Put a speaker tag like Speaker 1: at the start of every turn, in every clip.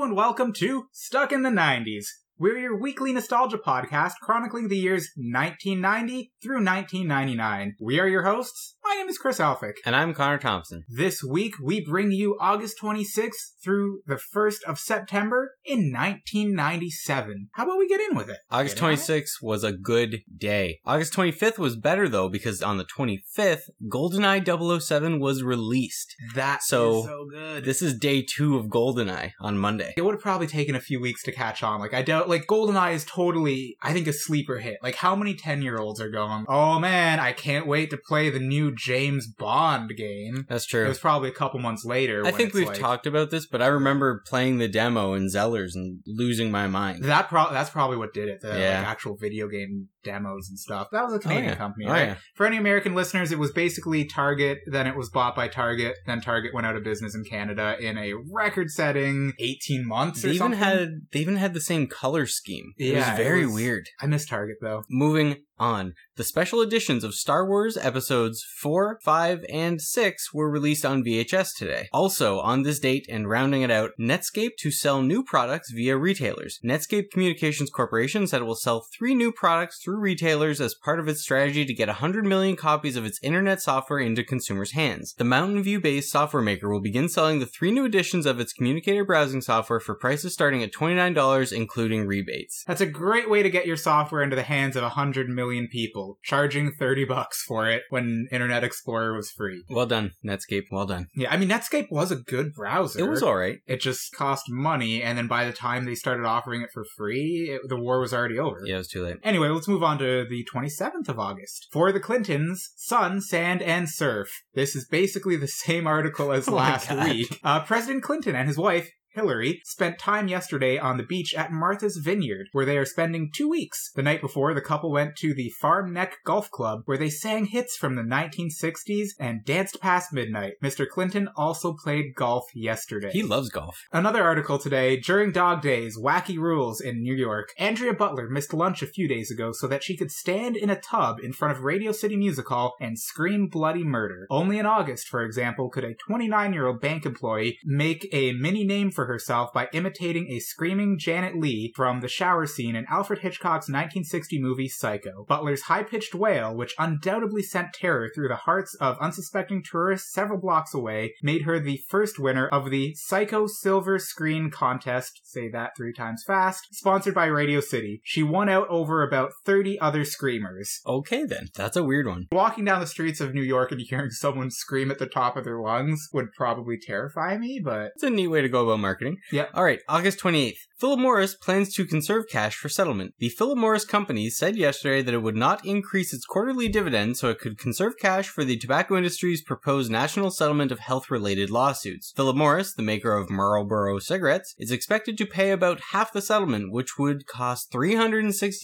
Speaker 1: and welcome to Stuck in the 90s. We're your weekly nostalgia podcast chronicling the years 1990 through 1999. We are your hosts. My name is Chris Alphick.
Speaker 2: And I'm Connor Thompson.
Speaker 1: This week, we bring you August 26th through the 1st of September in 1997. How about we get in with it?
Speaker 2: August
Speaker 1: Get in on it?
Speaker 2: 26th was a good day. August 25th was better though because on the 25th, GoldenEye 007 was released.
Speaker 1: That
Speaker 2: So,
Speaker 1: is so good.
Speaker 2: This is day two of GoldenEye on Monday.
Speaker 1: it would have probably taken a few weeks to catch on. Like I doubt, like Goldeneye is totally, I think, a sleeper hit. Like how many ten year olds are going? Oh man, I can't wait to play the new James Bond game.
Speaker 2: That's
Speaker 1: It
Speaker 2: true.
Speaker 1: was probably a couple months later.
Speaker 2: I
Speaker 1: when
Speaker 2: think
Speaker 1: it's
Speaker 2: we've
Speaker 1: like-
Speaker 2: talked about this, but I remember playing the demo in Zellers and losing my mind.
Speaker 1: That pro- that's probably what did it. The
Speaker 2: Yeah.
Speaker 1: like, actual video game demos and stuff. That was a
Speaker 2: Oh,
Speaker 1: Canadian
Speaker 2: yeah.
Speaker 1: company,
Speaker 2: Oh,
Speaker 1: right?
Speaker 2: yeah.
Speaker 1: For any American listeners, it was basically Target. Then it was bought by Target. Then Target went out of business in Canada in a record-setting eighteen months.
Speaker 2: They
Speaker 1: or
Speaker 2: even
Speaker 1: something.
Speaker 2: had they even had the same color scheme. It
Speaker 1: Yeah, it
Speaker 2: was very
Speaker 1: was-
Speaker 2: weird.
Speaker 1: I miss Target though.
Speaker 2: Moving on, the special editions of Star Wars episodes 4, 5, and 6 were released on VHS today. Also, on this date and rounding it out, Netscape to sell new products via retailers. Netscape Communications Corporation said it will sell three new products through retailers as part of its strategy to get 100 million copies of its internet software into consumers' hands. The Mountain View based software maker will begin selling the three new editions of its communicator browsing software for prices starting at $29, including rebates.
Speaker 1: That's a great way to get your software into the hands of 100 million people, charging 30 bucks for it when Internet Explorer was free.
Speaker 2: Well done, Netscape. Well done.
Speaker 1: Yeah, I mean, Netscape was a good browser.
Speaker 2: It was all right.
Speaker 1: It just cost money, and then by the time they started offering it for free, it, the war was already over.
Speaker 2: Yeah, it was too late.
Speaker 1: Anyway, let's move on to the 27th of August. For the Clintons, Sun, Sand, and Surf. This is basically the same article as
Speaker 2: Oh my
Speaker 1: last
Speaker 2: God.
Speaker 1: week. Uh, President Clinton and his wife, Hillary, spent time yesterday on the beach at Martha's Vineyard, where they are spending two weeks. The night before, the couple went to the Farm Neck Golf Club, where they sang hits from the 1960s and danced past midnight. Mr. Clinton also played golf yesterday.
Speaker 2: He loves golf.
Speaker 1: Another article today during dog days, wacky rules in New York. Andrea Butler missed lunch a few days ago so that she could stand in a tub in front of Radio City Music Hall and scream bloody murder. Only in August, for example, could a 29 year old bank employee make a mini name for herself by imitating a screaming Janet Lee from the shower scene in Alfred Hitchcock's 1960 movie Psycho. Butler's high pitched wail, which undoubtedly sent terror through the hearts of unsuspecting tourists several blocks away, made her the first winner of the Psycho Silver Screen Contest, say that three times fast, sponsored by Radio City. She won out over about 30 other screamers.
Speaker 2: Okay, then. That's a weird one.
Speaker 1: Walking down the streets of New York and hearing someone scream at the top of their lungs would probably terrify me, but
Speaker 2: It's a neat way to go about marketing.
Speaker 1: Yep.
Speaker 2: All right, August 28th. Philip Morris plans to conserve cash for settlement. The Philip Morris Company said yesterday that it would not increase its quarterly dividend so it could conserve cash for the tobacco industry's proposed national settlement of health related lawsuits. Philip Morris, the maker of Marlboro cigarettes, is expected to pay about half the settlement, which would cost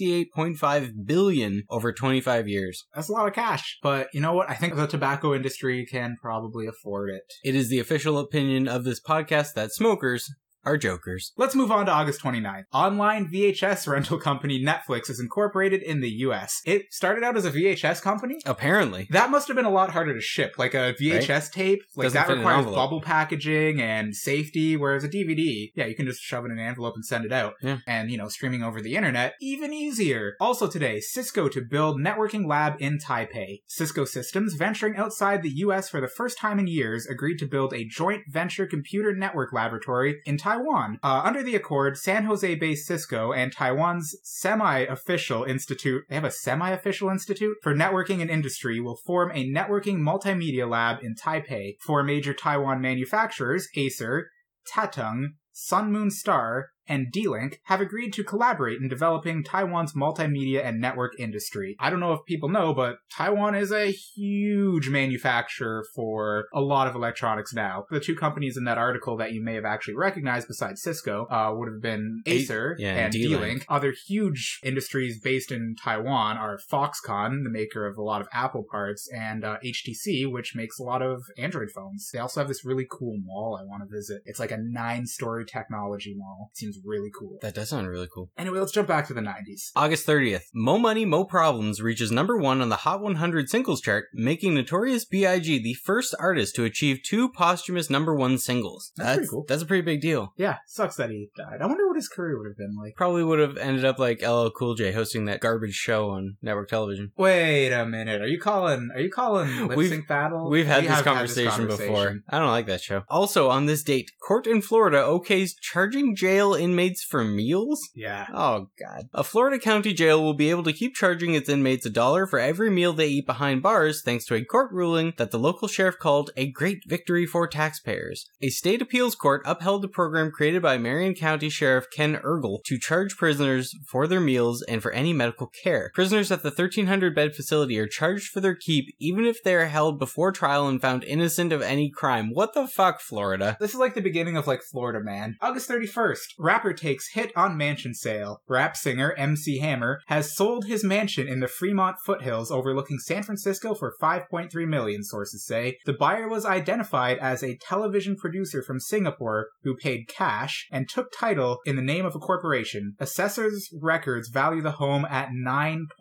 Speaker 2: 368.5 billion over 25 years.
Speaker 1: that's a lot of cash. But you know what? I think the tobacco industry can probably afford it.
Speaker 2: It is the official opinion of this podcast that smokers are jokers.
Speaker 1: Let's move on to August 29th. Online VHS rental company Netflix is incorporated in the US. It started out as a VHS company.
Speaker 2: Apparently.
Speaker 1: That must have been a lot harder to ship. Like a VHS tape, like
Speaker 2: Doesn't
Speaker 1: that
Speaker 2: fit in an
Speaker 1: requires
Speaker 2: envelope.
Speaker 1: bubble packaging and safety, whereas a DVD, yeah, you can just shove it in an envelope and send it out.
Speaker 2: Yeah.
Speaker 1: And, you know, streaming over the internet, even easier. Also today, Cisco to build networking lab in Taipei. Cisco Systems, venturing outside the US for the first time in years, agreed to build a joint venture computer network laboratory in Taiwan. Uh, under the accord, San Jose based Cisco and Taiwan's semi official institute, they have a semi official institute for networking and industry, will form a networking multimedia lab in Taipei for major Taiwan manufacturers, Acer, Tatung, Sun Moon Star, and D-Link have agreed to collaborate in developing Taiwan's multimedia and network industry. I don't know if people know, but Taiwan is a huge manufacturer for a lot of electronics now. The two companies in that article that you may have actually recognized besides Cisco uh, would have been
Speaker 2: A-
Speaker 1: Acer
Speaker 2: yeah,
Speaker 1: and
Speaker 2: and
Speaker 1: D-Link.
Speaker 2: D-Link.
Speaker 1: Other huge industries based in Taiwan are Foxconn, the maker of a lot of Apple parts, and uh, HTC, which makes a lot of Android phones. They also have this really cool mall I want to visit. It's like a nine-story technology mall. It seems is really cool.
Speaker 2: That does sound really cool.
Speaker 1: Anyway, let's jump back to the 90s.
Speaker 2: August 30th, Mo Money, Mo Problems reaches number one on the Hot 100 singles chart, making Notorious B.I.G. the first artist to achieve two posthumous number one singles.
Speaker 1: That's pretty cool.
Speaker 2: That's a pretty big deal.
Speaker 1: Yeah, sucks that he died. I wonder what his career would have been like.
Speaker 2: Probably would have ended up like LL Cool J hosting that garbage show on network television.
Speaker 1: Wait a minute. Are you calling? Are you calling lip
Speaker 2: We've-
Speaker 1: sync battle?
Speaker 2: We've had,
Speaker 1: We
Speaker 2: this,
Speaker 1: have
Speaker 2: conversation before.
Speaker 1: conversation.
Speaker 2: I don't like that show. Also, on this date, court in Florida okays charging jail inmates for meals?
Speaker 1: Yeah.
Speaker 2: Oh, God. A Florida county jail will be able to keep charging its inmates a dollar for every meal they eat behind bars thanks to a court ruling that the local sheriff called a great victory for taxpayers. A state appeals court upheld the program created by Marion County Sheriff Ken Ergel to charge prisoners for their meals and for any medical care. Prisoners at the 1,300 bed facility are charged for their keep even if they are held before trial and found innocent of any crime. What the fuck, Florida?
Speaker 1: This is like the beginning of like Florida Man. August 31st, rapper takes hit on mansion sale. Rap singer MC Hammer has sold his mansion in the Fremont foothills overlooking San Francisco for 5.3 million, sources say. The buyer was identified as a television producer from Singapore who paid cash and took title in the name of a corporation. Assessors records value the home at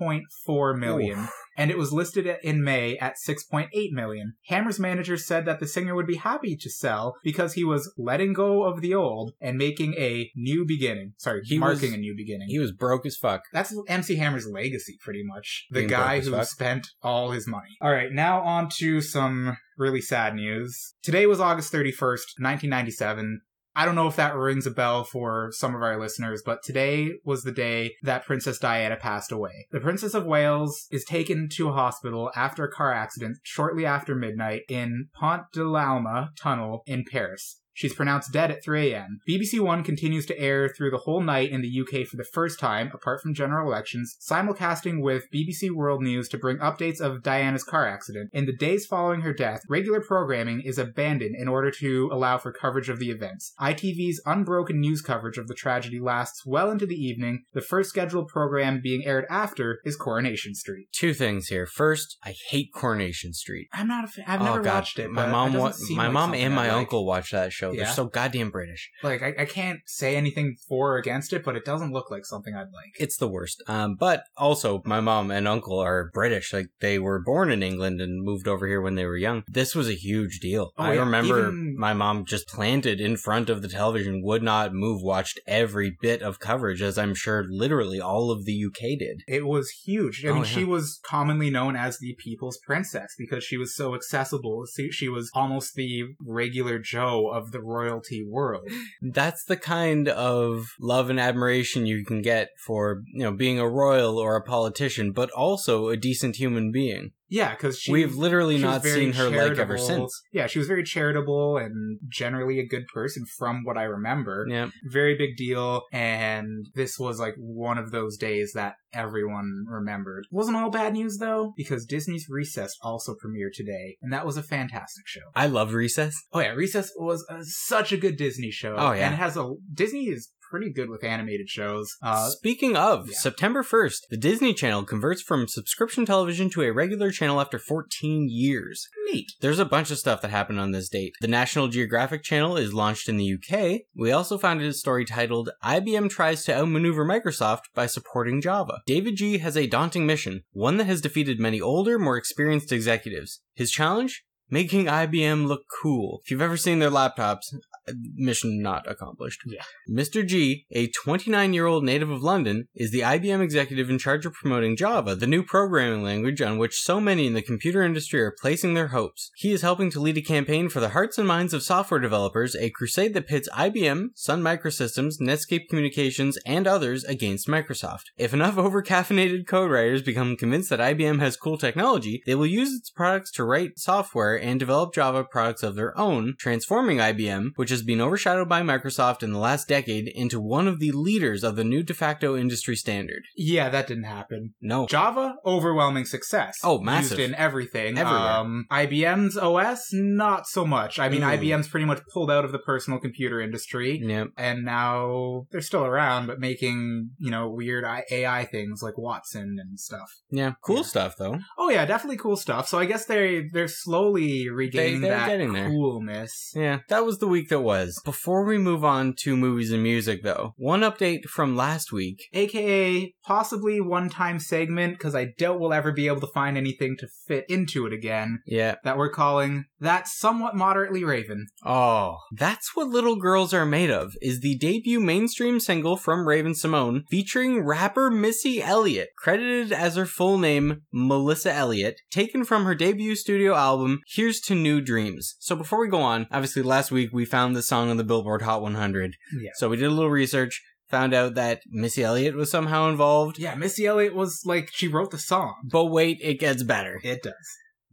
Speaker 1: 9.4 million and it was listed at- in May at 6.8 million. Hammer's manager said that the singer would be happy to sell because he was letting go of the old and making a new beginning. Sorry,
Speaker 2: He
Speaker 1: marking
Speaker 2: was-
Speaker 1: a new beginning.
Speaker 2: He was broke as fuck.
Speaker 1: That's MC Hammer's legacy, pretty much. The
Speaker 2: Being
Speaker 1: guy
Speaker 2: broke as
Speaker 1: who
Speaker 2: fuck.
Speaker 1: spent all his money. All right, now on to some really sad news. Today was August 31st, 1997. I don't know if that rings a bell for some of our listeners, but today was the day that Princess Diana passed away. The Princess of Wales is taken to a hospital after a car accident shortly after midnight in Pont de l'Alma tunnel in Paris. She's pronounced dead at 3 a.m. BBC One continues to air through the whole night in the UK for the first time, apart from general elections, simulcasting with BBC World News to bring updates of Diana's car accident. In the days following her death, regular programming is abandoned in order to allow for coverage of the events. ITV's unbroken news coverage of the tragedy lasts well into the evening, the first scheduled program being aired after is Coronation Street.
Speaker 2: Two things here. First, I hate Coronation Street.
Speaker 1: I'm not a fan. I've
Speaker 2: Oh,
Speaker 1: never
Speaker 2: God.
Speaker 1: watched it.
Speaker 2: My
Speaker 1: but
Speaker 2: mom,
Speaker 1: it
Speaker 2: wa-
Speaker 1: doesn't seem
Speaker 2: my
Speaker 1: like
Speaker 2: mom
Speaker 1: something
Speaker 2: and
Speaker 1: I
Speaker 2: my
Speaker 1: like.
Speaker 2: uncle watched that show.
Speaker 1: Yeah?
Speaker 2: They're so goddamn British.
Speaker 1: Like I, I can't say anything for or against it, but it doesn't look like something I'd like.
Speaker 2: It's the worst. Um, but also, my mom and uncle are British. Like they were born in England and moved over here when they were young. This was a huge deal.
Speaker 1: Oh,
Speaker 2: I
Speaker 1: yeah.
Speaker 2: remember
Speaker 1: Even-
Speaker 2: my mom just planted in front of the television, would not move, watched every bit of coverage, as I'm sure literally all of the UK did.
Speaker 1: It was huge. I
Speaker 2: Oh,
Speaker 1: mean,
Speaker 2: yeah.
Speaker 1: she was commonly known as the people's princess because she was so accessible. She she was almost the regular Joe of the royalty world.
Speaker 2: That's the kind of love and admiration you can get for you know being a royal or a politician, but also a decent human being.
Speaker 1: Yeah, because she
Speaker 2: We've literally
Speaker 1: she was
Speaker 2: not
Speaker 1: very
Speaker 2: seen her like ever
Speaker 1: charitable.
Speaker 2: since.
Speaker 1: Yeah, she was very charitable and generally a good person, from what I remember.
Speaker 2: Yeah,
Speaker 1: Very big deal, and this was like one of those days that everyone remembered. Wasn't all bad news though, because Disney's Recess also premiered today, and that was a fantastic show.
Speaker 2: I love Recess.
Speaker 1: Oh yeah, Recess was uh, such a good Disney show.
Speaker 2: Oh, yeah.
Speaker 1: and it has a Disney is pretty good with animated shows. Uh,
Speaker 2: Speaking of,
Speaker 1: yeah.
Speaker 2: September 1st, the Disney Channel converts from subscription television to a regular channel after 14 years.
Speaker 1: neat.
Speaker 2: There's a bunch of stuff that happened on this date. The National Geographic Channel is launched in the UK. We also found a story titled IBM Tries to Outmaneuver Microsoft by Supporting Java. David G has a daunting mission, one that has defeated many older, more experienced executives. His challenge? Making IBM look cool. If you've ever seen their laptops, uh, mission not accomplished.
Speaker 1: Yeah.
Speaker 2: Mr. G, a 29 year old native of London, is the IBM executive in charge of promoting Java, the new programming language on which so many in the computer industry are placing their hopes. He is helping to lead a campaign for the hearts and minds of software developers, a crusade that pits IBM, Sun Microsystems, Netscape Communications, and others against Microsoft. If enough overcaffeinated code writers become convinced that IBM has cool technology, they will use its products to write software and develop Java products of their own, transforming IBM, which has been overshadowed by Microsoft in the last decade, into one of the leaders of the new de facto industry standard.
Speaker 1: Yeah, that didn't happen.
Speaker 2: No.
Speaker 1: Java overwhelming success.
Speaker 2: Oh, massive.
Speaker 1: Used in everything.
Speaker 2: Everywhere.
Speaker 1: Um, IBM's OS not so much. I mean,
Speaker 2: Mm.
Speaker 1: IBM's pretty much pulled out of the personal computer industry.
Speaker 2: Yeah.
Speaker 1: And now they're still around, but making, you know, weird I- AI things like Watson and stuff.
Speaker 2: Yeah. Cool
Speaker 1: Yeah.
Speaker 2: stuff, though.
Speaker 1: Oh yeah, definitely cool stuff. So I guess they they're slowly regaining
Speaker 2: they're
Speaker 1: that
Speaker 2: getting there.
Speaker 1: coolness.
Speaker 2: Yeah. That was the week that was. Before we move on to movies and music, though, one update from last week.
Speaker 1: aka possibly one time segment because I doubt we'll ever be able to find anything to fit into it again
Speaker 2: Yeah.
Speaker 1: that we're calling that somewhat moderately Raven.
Speaker 2: Oh, that's what little girls are made of. Is the debut mainstream single from Raven Simone featuring rapper Missy Elliott, credited as her full name Melissa Elliott, taken from her debut studio album Here's to New Dreams. So before we go on, obviously last week we found the song on the Billboard Hot 100.
Speaker 1: Yeah.
Speaker 2: So we did a little research, found out that Missy Elliott was somehow involved.
Speaker 1: Yeah, Missy Elliott was like she wrote the song.
Speaker 2: But wait, it gets better.
Speaker 1: It does.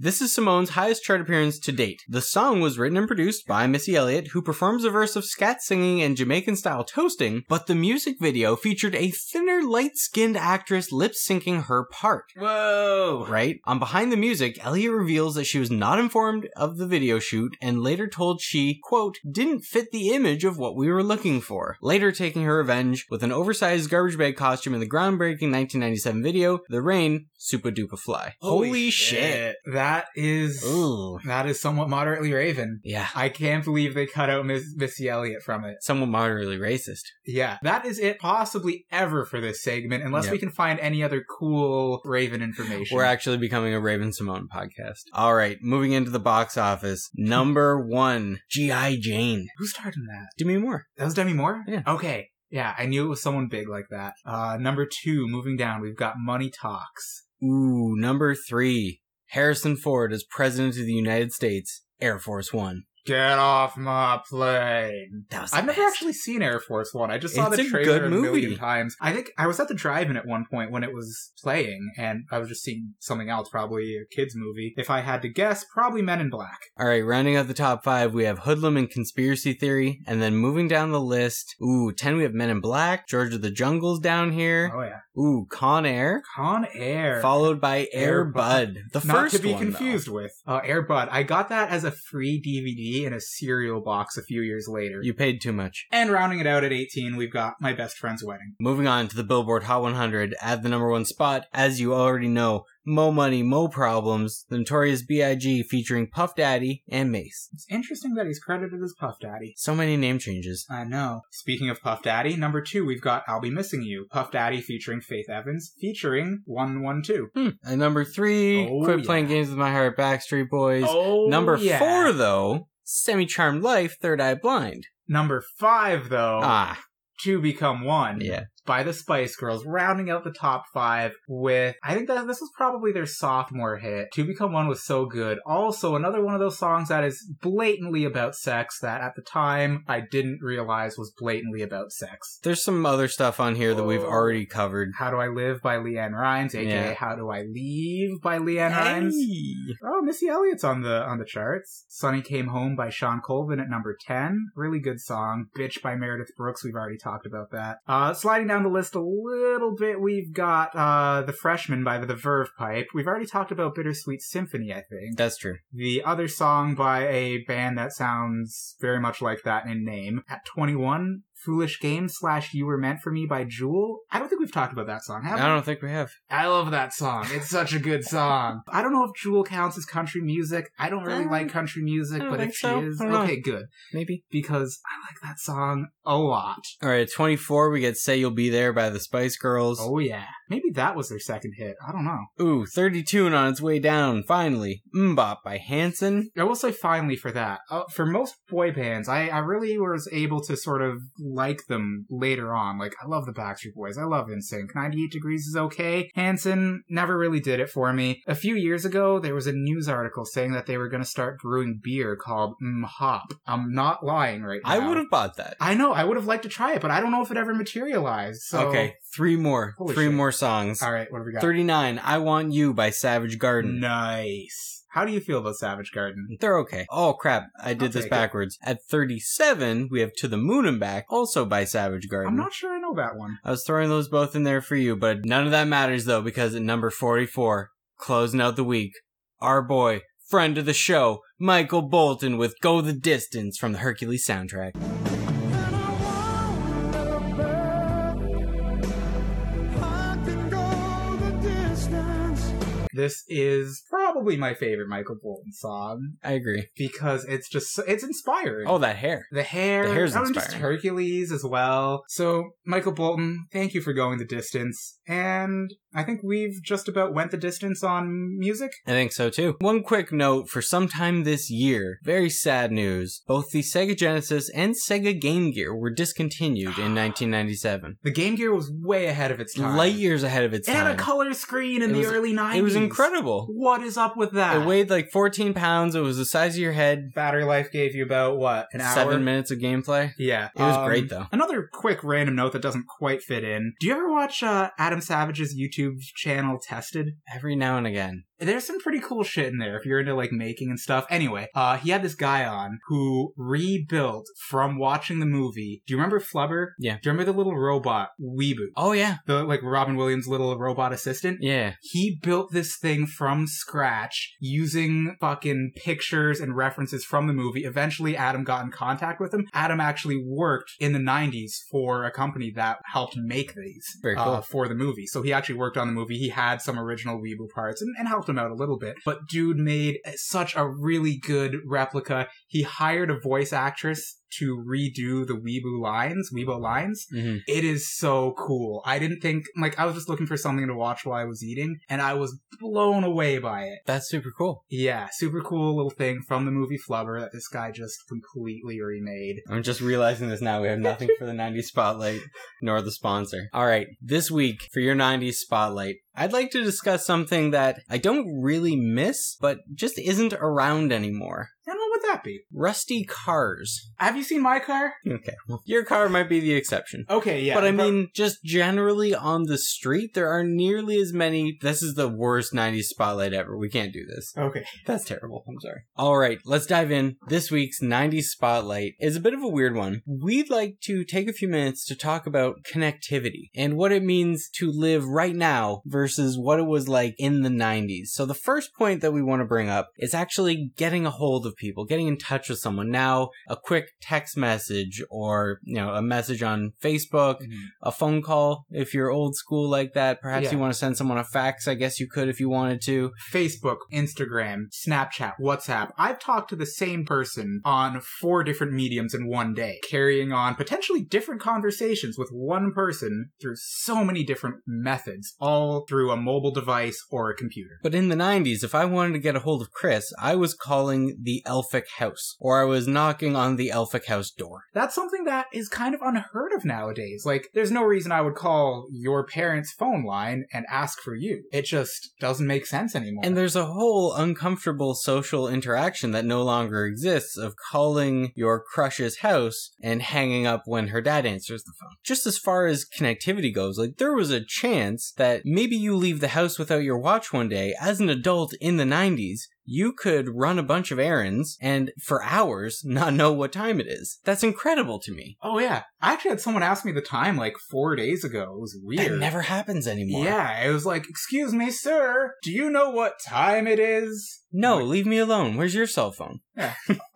Speaker 2: This is Simone's highest chart appearance to date. The song was written and produced by Missy Elliott, who performs a verse of scat singing and Jamaican style toasting, but the music video featured a thinner, light skinned actress lip syncing her part.
Speaker 1: Whoa.
Speaker 2: Right? On Behind the Music, Elliott reveals that she was not informed of the video shoot and later told she, quote, didn't fit the image of what we were looking for. Later taking her revenge with an oversized garbage bag costume in the groundbreaking 1997 video, The Rain, Super Duper Fly. Holy, shit.
Speaker 1: That is
Speaker 2: Ooh.
Speaker 1: that is somewhat moderately Raven.
Speaker 2: Yeah.
Speaker 1: I can't believe they cut out Miss, Missy Elliott from it.
Speaker 2: Somewhat moderately racist.
Speaker 1: Yeah, that is it possibly ever for this segment, unless
Speaker 2: Yeah.
Speaker 1: we can find any other cool Raven information.
Speaker 2: We're actually becoming a Raven Simone podcast. All right, moving into the box office. Number one, G.I. Jane.
Speaker 1: Who started that?
Speaker 2: Demi Moore.
Speaker 1: That was Demi Moore?
Speaker 2: Yeah.
Speaker 1: Okay. Yeah, I knew it was someone big like that. Uh, number two, moving down, we've got Money Talks.
Speaker 2: Ooh, number three, Harrison Ford as President of the United States, Air Force One.
Speaker 1: Get off my plane.
Speaker 2: That was the
Speaker 1: I've never
Speaker 2: best.
Speaker 1: actually seen Air Force One. I just saw
Speaker 2: It's
Speaker 1: the
Speaker 2: a
Speaker 1: trailer
Speaker 2: good
Speaker 1: a
Speaker 2: movie.
Speaker 1: million times. I think I was at the drive-in at one point when it was playing, and I was just seeing something else, probably a kids' movie. If I had to guess, probably Men in Black.
Speaker 2: All right, rounding out the top five, we have Hoodlum and Conspiracy Theory. And then moving down the list, ooh, 10, we have Men in Black, George of the Jungle's down here.
Speaker 1: Oh yeah,
Speaker 2: Ooh, Con Air.
Speaker 1: Con Air.
Speaker 2: Followed by Air
Speaker 1: Air Bud.
Speaker 2: Bud. The
Speaker 1: Not
Speaker 2: first
Speaker 1: to be
Speaker 2: one, though.
Speaker 1: confused with uh, Air Bud. I got that as a free DVD in a cereal box a few years later.
Speaker 2: You paid too much.
Speaker 1: And rounding it out at 18, we've got My Best Friend's Wedding.
Speaker 2: Moving on to the Billboard Hot 100 at the number one spot, as you already know, Mo Money, Mo Problems, the Notorious B.I.G. featuring Puff Daddy and Mace.
Speaker 1: It's interesting that he's credited as Puff Daddy.
Speaker 2: So many name changes.
Speaker 1: I know. Speaking of Puff Daddy, number two, we've got I'll Be Missing You. Puff Daddy featuring Faith Evans, featuring 112.
Speaker 2: Hmm. At number three,
Speaker 1: Oh,
Speaker 2: Quit
Speaker 1: yeah.
Speaker 2: Playing Games with My Heart, Backstreet Boys.
Speaker 1: Oh,
Speaker 2: number
Speaker 1: yeah.
Speaker 2: four, though, Semi Charmed Life, Third Eye Blind.
Speaker 1: Number five, though,
Speaker 2: Ah,
Speaker 1: To Become One
Speaker 2: yeah.
Speaker 1: by the Spice Girls, rounding out the top five with, I think that this was probably their sophomore hit. To Become One was so good. Also, another one of those songs that is blatantly about sex that at the time I didn't realize was blatantly about sex.
Speaker 2: There's some other stuff on here that we've
Speaker 1: Oh.
Speaker 2: already covered.
Speaker 1: How Do I Live by Leanne Rhymes, aka
Speaker 2: Yeah.
Speaker 1: How Do I Leave by Leanne Rhymes.
Speaker 2: Hey.
Speaker 1: Oh, Missy Elliott's on the on the charts. Sonny Came Home by Sean Colvin at number ten. Really good song. Bitch by Meredith Brooks. We've already talked about that. Uh, sliding down the list a little bit, we've got uh, The Freshman by The Verve Pipe. We've already talked about Bittersweet Symphony, I think.
Speaker 2: That's true.
Speaker 1: The other song by a band that sounds very much like that in name. At 21, Foolish Game slash You Were Meant for Me by Jewel. I don't think we've talked about that song, have
Speaker 2: I
Speaker 1: we?
Speaker 2: don't think we have.
Speaker 1: I love that song. It's such a good song. I don't know if Jewel counts as country music. I don't really
Speaker 2: Uh,
Speaker 1: like country music,
Speaker 2: I don't
Speaker 1: but
Speaker 2: think
Speaker 1: if she
Speaker 2: so.
Speaker 1: is,
Speaker 2: I don't know.
Speaker 1: okay, good.
Speaker 2: Maybe.
Speaker 1: Because I like that song a lot.
Speaker 2: All right, at 24, we get Say You'll Be There by the Spice Girls.
Speaker 1: Oh, yeah. Maybe that was their second hit. I don't know.
Speaker 2: Ooh, 32 and on its way down, finally. Mbop by Hanson.
Speaker 1: I will say finally for that. Uh, for most boy bands, I, I really was able to sort of like them later on. Like, I love the Backstreet Boys. I love NSYNC. 98 Degrees is okay. Hanson never really did it for me. A few years ago, there was a news article saying that they were going to start brewing beer called Mm Hop. I'm not lying right now.
Speaker 2: I would have bought that.
Speaker 1: I know. I would have liked to try it, but I don't know if it ever materialized. So.
Speaker 2: okay, three more.
Speaker 1: Holy
Speaker 2: three
Speaker 1: shit.
Speaker 2: more songs.
Speaker 1: All right. What have we got?
Speaker 2: 39, I Want You by Savage Garden.
Speaker 1: Nice. How do you feel about Savage Garden?
Speaker 2: They're okay. Oh crap, I did
Speaker 1: I'll
Speaker 2: this
Speaker 1: take it.
Speaker 2: backwards. At 37, we have To the Moon and Back, also by Savage Garden.
Speaker 1: I'm not sure I know that one.
Speaker 2: I was throwing those both in there for you, but none of that matters though, because at number 44, closing out the week, our boy, friend of the show, Michael Bolton with Go the Distance from the Hercules soundtrack.
Speaker 1: This is probably my favorite Michael Bolton song
Speaker 2: I agree.
Speaker 1: because it's just so- it's inspiring.
Speaker 2: Oh, that hair.
Speaker 1: The hair,
Speaker 2: The hair's
Speaker 1: oh, and just
Speaker 2: inspiring.
Speaker 1: Hercules as well. So, Michael Bolton, thank you for going the distance. And I think we've just about went the distance on music.
Speaker 2: I think so too. One quick note for sometime this year, very sad news. Both the Sega Genesis and Sega Game Gear were discontinued in 1997.
Speaker 1: The Game Gear was way ahead of its time.
Speaker 2: Light years ahead of its
Speaker 1: It had a
Speaker 2: time.
Speaker 1: color screen in
Speaker 2: It
Speaker 1: the
Speaker 2: was-
Speaker 1: early 90s.
Speaker 2: It was incredible.
Speaker 1: What is up with that?
Speaker 2: It weighed like 14 pounds. It was the size of your head.
Speaker 1: Battery life gave you about, what, an hour?
Speaker 2: Seven minutes of gameplay.
Speaker 1: Yeah.
Speaker 2: It was great, though.
Speaker 1: Um, Another quick random note that doesn't quite fit in. Do you ever watch uh, Adam Savage's YouTube channel, Tested?
Speaker 2: Every now and again.
Speaker 1: there's some pretty cool shit in there if you're into like making and stuff. Anyway, uh, he had this guy on who rebuilt from watching the movie. Do you remember Flubber?
Speaker 2: Yeah.
Speaker 1: Do you remember the little robot Weeboo?
Speaker 2: Oh yeah,
Speaker 1: The like Robin Williams' little robot assistant.
Speaker 2: yeah.
Speaker 1: He built this thing from scratch using fucking pictures and references from the movie. Eventually, Adam got in contact with him. Adam actually worked in the 90s for a company that helped make these
Speaker 2: Very cool.
Speaker 1: uh, for the movie. So he actually worked on the movie. He had some original Weeble parts and, and helped him out a little bit. But dude made such a really good replica. He hired a voice actress to redo the Weeble lines, Weebo lines.
Speaker 2: hmm
Speaker 1: It is so cool. I didn't think like I was just looking for something to watch while I was eating, and I was blown away by it.
Speaker 2: That's super cool.
Speaker 1: Yeah, super cool little thing from the movie Flubber that this guy just completely remade.
Speaker 2: I'm just realizing this now. We have nothing for the 90s spotlight nor the sponsor. All right, this week for your 90s spotlight, I'd like to discuss something that I don't really miss, but just isn't around anymore.
Speaker 1: And what would that be?
Speaker 2: Rusty cars.
Speaker 1: Have you seen my car?
Speaker 2: Okay. well, your car might be the exception.
Speaker 1: Okay, yeah.
Speaker 2: but I mean, just generally on the street, there are nearly as many. This is the worst 90s spotlight ever. We can't do this.
Speaker 1: okay.
Speaker 2: That's terrible. I'm sorry. All right, let's dive in. This week's 90s Spotlight is a bit of a weird one. We'd like to take a few minutes to talk about connectivity and what it means to live right now versus what it was like in the 90s. So, the first point that we want to bring up is actually getting a hold of people, getting in touch with someone. Now, a quick text message or, you know, a message on Facebook a phone call if you're old school like that. Perhaps
Speaker 1: Yeah.
Speaker 2: you want to send someone a fax. I guess you could if you wanted to.
Speaker 1: Facebook, Instagram, Snapchat, WhatsApp. I've talked to the same person on four different mediums in one day, carrying on potentially different conversations with one person through so many different methods, all through a mobile device or a computer.
Speaker 2: But in the 90s, if I wanted to get a hold of Chris, I was calling the Elphic House or I was knocking on the Elphic House door.
Speaker 1: That's something that is kind of unheard of nowadays. Like, there's no reason I would call your parents' phone line and ask for you. It just doesn't make sense anymore.
Speaker 2: And there's a whole uncomfortable social interaction that no longer exists of calling your crush's house and hanging up when her dad answers the phone. Just as far as connectivity goes, like there was a chance that maybe you leave the house without your watch one day as an adult in the 90s. You could run a bunch of errands and for hours not know what time it is. That's incredible to me.
Speaker 1: oh, yeah. I actually had someone ask me the time like four days ago. It was weird.
Speaker 2: That never happens anymore.
Speaker 1: Yeah, it was like, excuse me, sir, do you know what time it is?
Speaker 2: No, leave me alone. Where's your cell phone?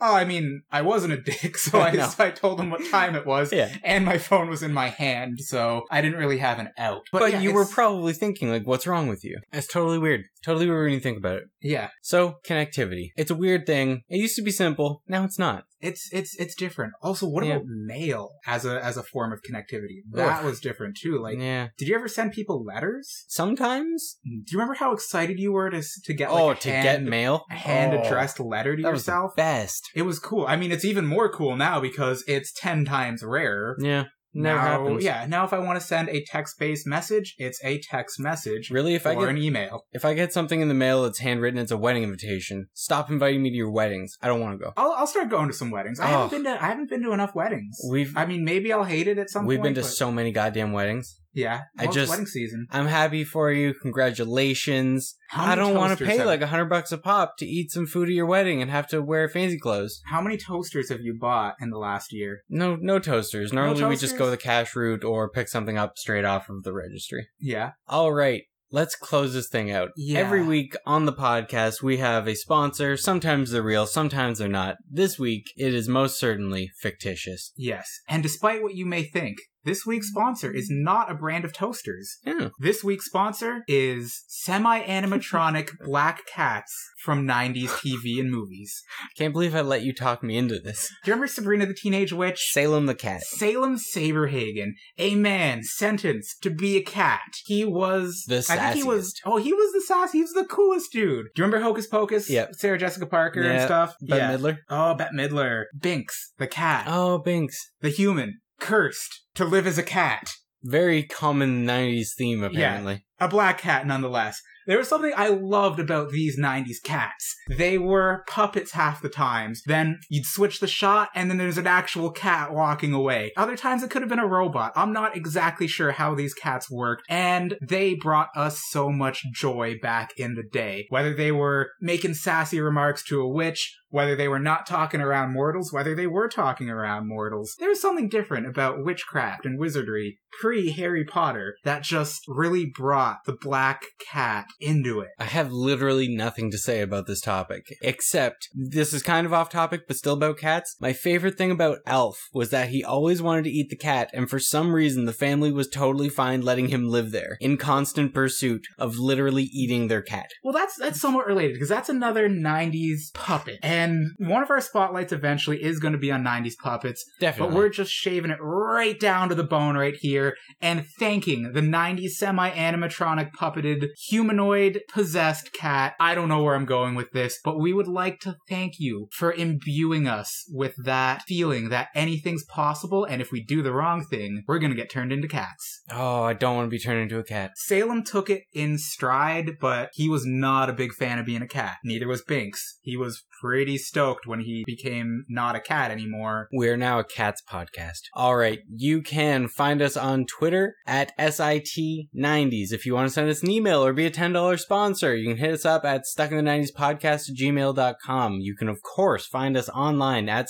Speaker 1: Oh, I mean, I wasn't a dick, so I,
Speaker 2: No.
Speaker 1: I told him what time it was,
Speaker 2: Yeah.
Speaker 1: and my phone was in my hand, so I didn't really have an out.
Speaker 2: But,
Speaker 1: yeah,
Speaker 2: you were
Speaker 1: it's-
Speaker 2: probably thinking, like, what's wrong with you? That's totally weird. Totally weird when you think about it.
Speaker 1: yeah,
Speaker 2: So, connectivity. It's a weird thing. It used to be simple. Now it's not.
Speaker 1: it's it's it's different. Also, what
Speaker 2: Yeah.
Speaker 1: about mail as a as a form of connectivity? That
Speaker 2: Ugh.
Speaker 1: was different too. Like,
Speaker 2: yeah.
Speaker 1: did you ever send people letters?
Speaker 2: Sometimes.
Speaker 1: Do you remember how excited you were to s- to get like,
Speaker 2: oh,
Speaker 1: a
Speaker 2: to
Speaker 1: hand,
Speaker 2: get mail.
Speaker 1: a hand
Speaker 2: Oh,
Speaker 1: addressed letter to
Speaker 2: that was the
Speaker 1: yourself?
Speaker 2: best.
Speaker 1: It was cool. I mean, it's even more cool now because it's ten times rarer.
Speaker 2: Yeah. Never
Speaker 1: now,
Speaker 2: happens.
Speaker 1: Yeah, now if I want to send a text-based message, it's a text message
Speaker 2: Really, if
Speaker 1: or
Speaker 2: I get
Speaker 1: an email.
Speaker 2: if I get something in the mail that's handwritten, it's a wedding invitation. Stop inviting me to your weddings. I don't want to go.
Speaker 1: I'll, I'll start going to some weddings. I
Speaker 2: Ugh.
Speaker 1: haven't been to I haven't been to enough weddings.
Speaker 2: We've
Speaker 1: I mean, maybe I'll hate it at some
Speaker 2: we've
Speaker 1: point.
Speaker 2: been to
Speaker 1: but-
Speaker 2: so many goddamn weddings.
Speaker 1: yeah.
Speaker 2: I
Speaker 1: well, it's
Speaker 2: just-
Speaker 1: wedding season.
Speaker 2: I'm happy for you. Congratulations.
Speaker 1: How
Speaker 2: I
Speaker 1: many
Speaker 2: don't want to
Speaker 1: toasters
Speaker 2: pay
Speaker 1: have-
Speaker 2: like a hundred bucks a pop to eat some food at your wedding and have to wear fancy clothes.
Speaker 1: How many toasters have you bought in the last year?
Speaker 2: No, no toasters. Normally we just
Speaker 1: toasters?
Speaker 2: go the cash route or pick something up straight off of the registry.
Speaker 1: Yeah.
Speaker 2: All right. Let's close this thing out.
Speaker 1: Yeah.
Speaker 2: Every week on the podcast, we have a sponsor. Sometimes they're real, sometimes they're not. This week, it is most certainly fictitious.
Speaker 1: Yes. And despite what you may think, This week's sponsor is not a brand of toasters.
Speaker 2: Yeah.
Speaker 1: This week's sponsor is semi animatronic black cats from 90s TV and movies.
Speaker 2: Can't believe I let you talk me into this.
Speaker 1: Do you remember Sabrina the Teenage Witch?
Speaker 2: Salem the cat.
Speaker 1: Salem Saberhagen, a man sentenced to be a cat. He was
Speaker 2: The
Speaker 1: I think he was. Oh, he was the sass. He was the coolest dude. Do you remember Hocus Pocus?
Speaker 2: Yep.
Speaker 1: Sarah Jessica Parker and
Speaker 2: Yeah.
Speaker 1: stuff.
Speaker 2: Bette Midler.
Speaker 1: Oh, Bette Midler. Binks, the cat,
Speaker 2: Oh, Binks.
Speaker 1: the human, cursed to live as a cat,
Speaker 2: Very common 90s theme, apparently.
Speaker 1: a black cat nonetheless. There was something I loved about these 90s cats. They were puppets half the times. Then you'd switch the shot, and then there's an actual cat walking away. Other times it could have been a robot. I'm not exactly sure how these cats worked, and they brought us so much joy back in the day. Whether they were making sassy remarks to a witch, whether they were not talking around mortals, whether they were talking around mortals. There was something different about witchcraft and wizardry pre Harry Potter that just really brought the black cat into it.
Speaker 2: I have literally nothing to say about this topic, except this is kind of off topic, but still about cats. My favorite thing about Alf was that he always wanted to eat the cat, and for some reason, the family was totally fine letting him live there in constant pursuit of literally eating their cat.
Speaker 1: Well, that's that's somewhat related because that's another '90s puppet, and one of our spotlights eventually is going to be on '90s puppets.
Speaker 2: Definitely.
Speaker 1: But we're just shaving it right down to the bone right here and thanking the 90s semi animatronic puppeted humanoid possessed cat. I don't know where I'm going with this, but we would like to thank you for imbuing us with that feeling that anything's possible and if we do the wrong thing, we're going to get turned into cats.
Speaker 2: oh, I don't want to be turned into a cat.
Speaker 1: Salem took it in stride, but he was not a big fan of being a cat. Neither was Binks. He was pretty stoked when he became not a cat anymore.
Speaker 2: We're now a cats podcast. All right, you can find us on Twitter at SIT90s. If you want to send us an email or be a $10 sponsor, you can hit us up at stuckinthe90spodcast at gmail.com. You can, of course, find us online at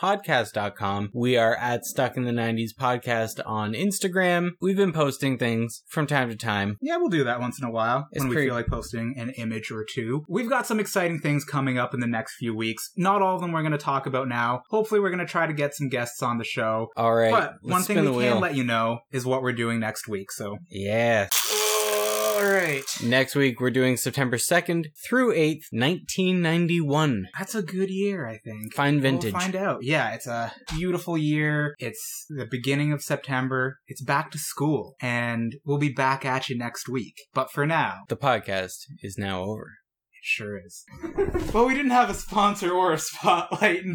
Speaker 2: stuckinthe90spodcast.com. We are at stuckinthe90spodcast on Instagram. We've been posting things from time to time.
Speaker 1: Yeah, we'll do that once in a while
Speaker 2: It's
Speaker 1: when we
Speaker 2: pretty-
Speaker 1: feel like posting an image or two. We've got some exciting things coming up in the next few weeks. Not all of them we're going to talk about now. Hopefully, we're going to try to get some guests on the show.
Speaker 2: All right,
Speaker 1: but
Speaker 2: let's
Speaker 1: one thing
Speaker 2: spin
Speaker 1: we
Speaker 2: the
Speaker 1: can
Speaker 2: wheel.
Speaker 1: let you know is what we're doing next week. So,
Speaker 2: yeah.
Speaker 1: all right,
Speaker 2: Next week, we're doing September 2nd through 8th, 1991.
Speaker 1: that's a good year, I think.
Speaker 2: Fine vintage.
Speaker 1: We'll find out. Yeah, it's a beautiful year. It's the beginning of September. It's back to school, and we'll be back at you next week. But for now,
Speaker 2: The podcast is now over.
Speaker 1: It sure is. well, we didn't have a sponsor or a spotlight.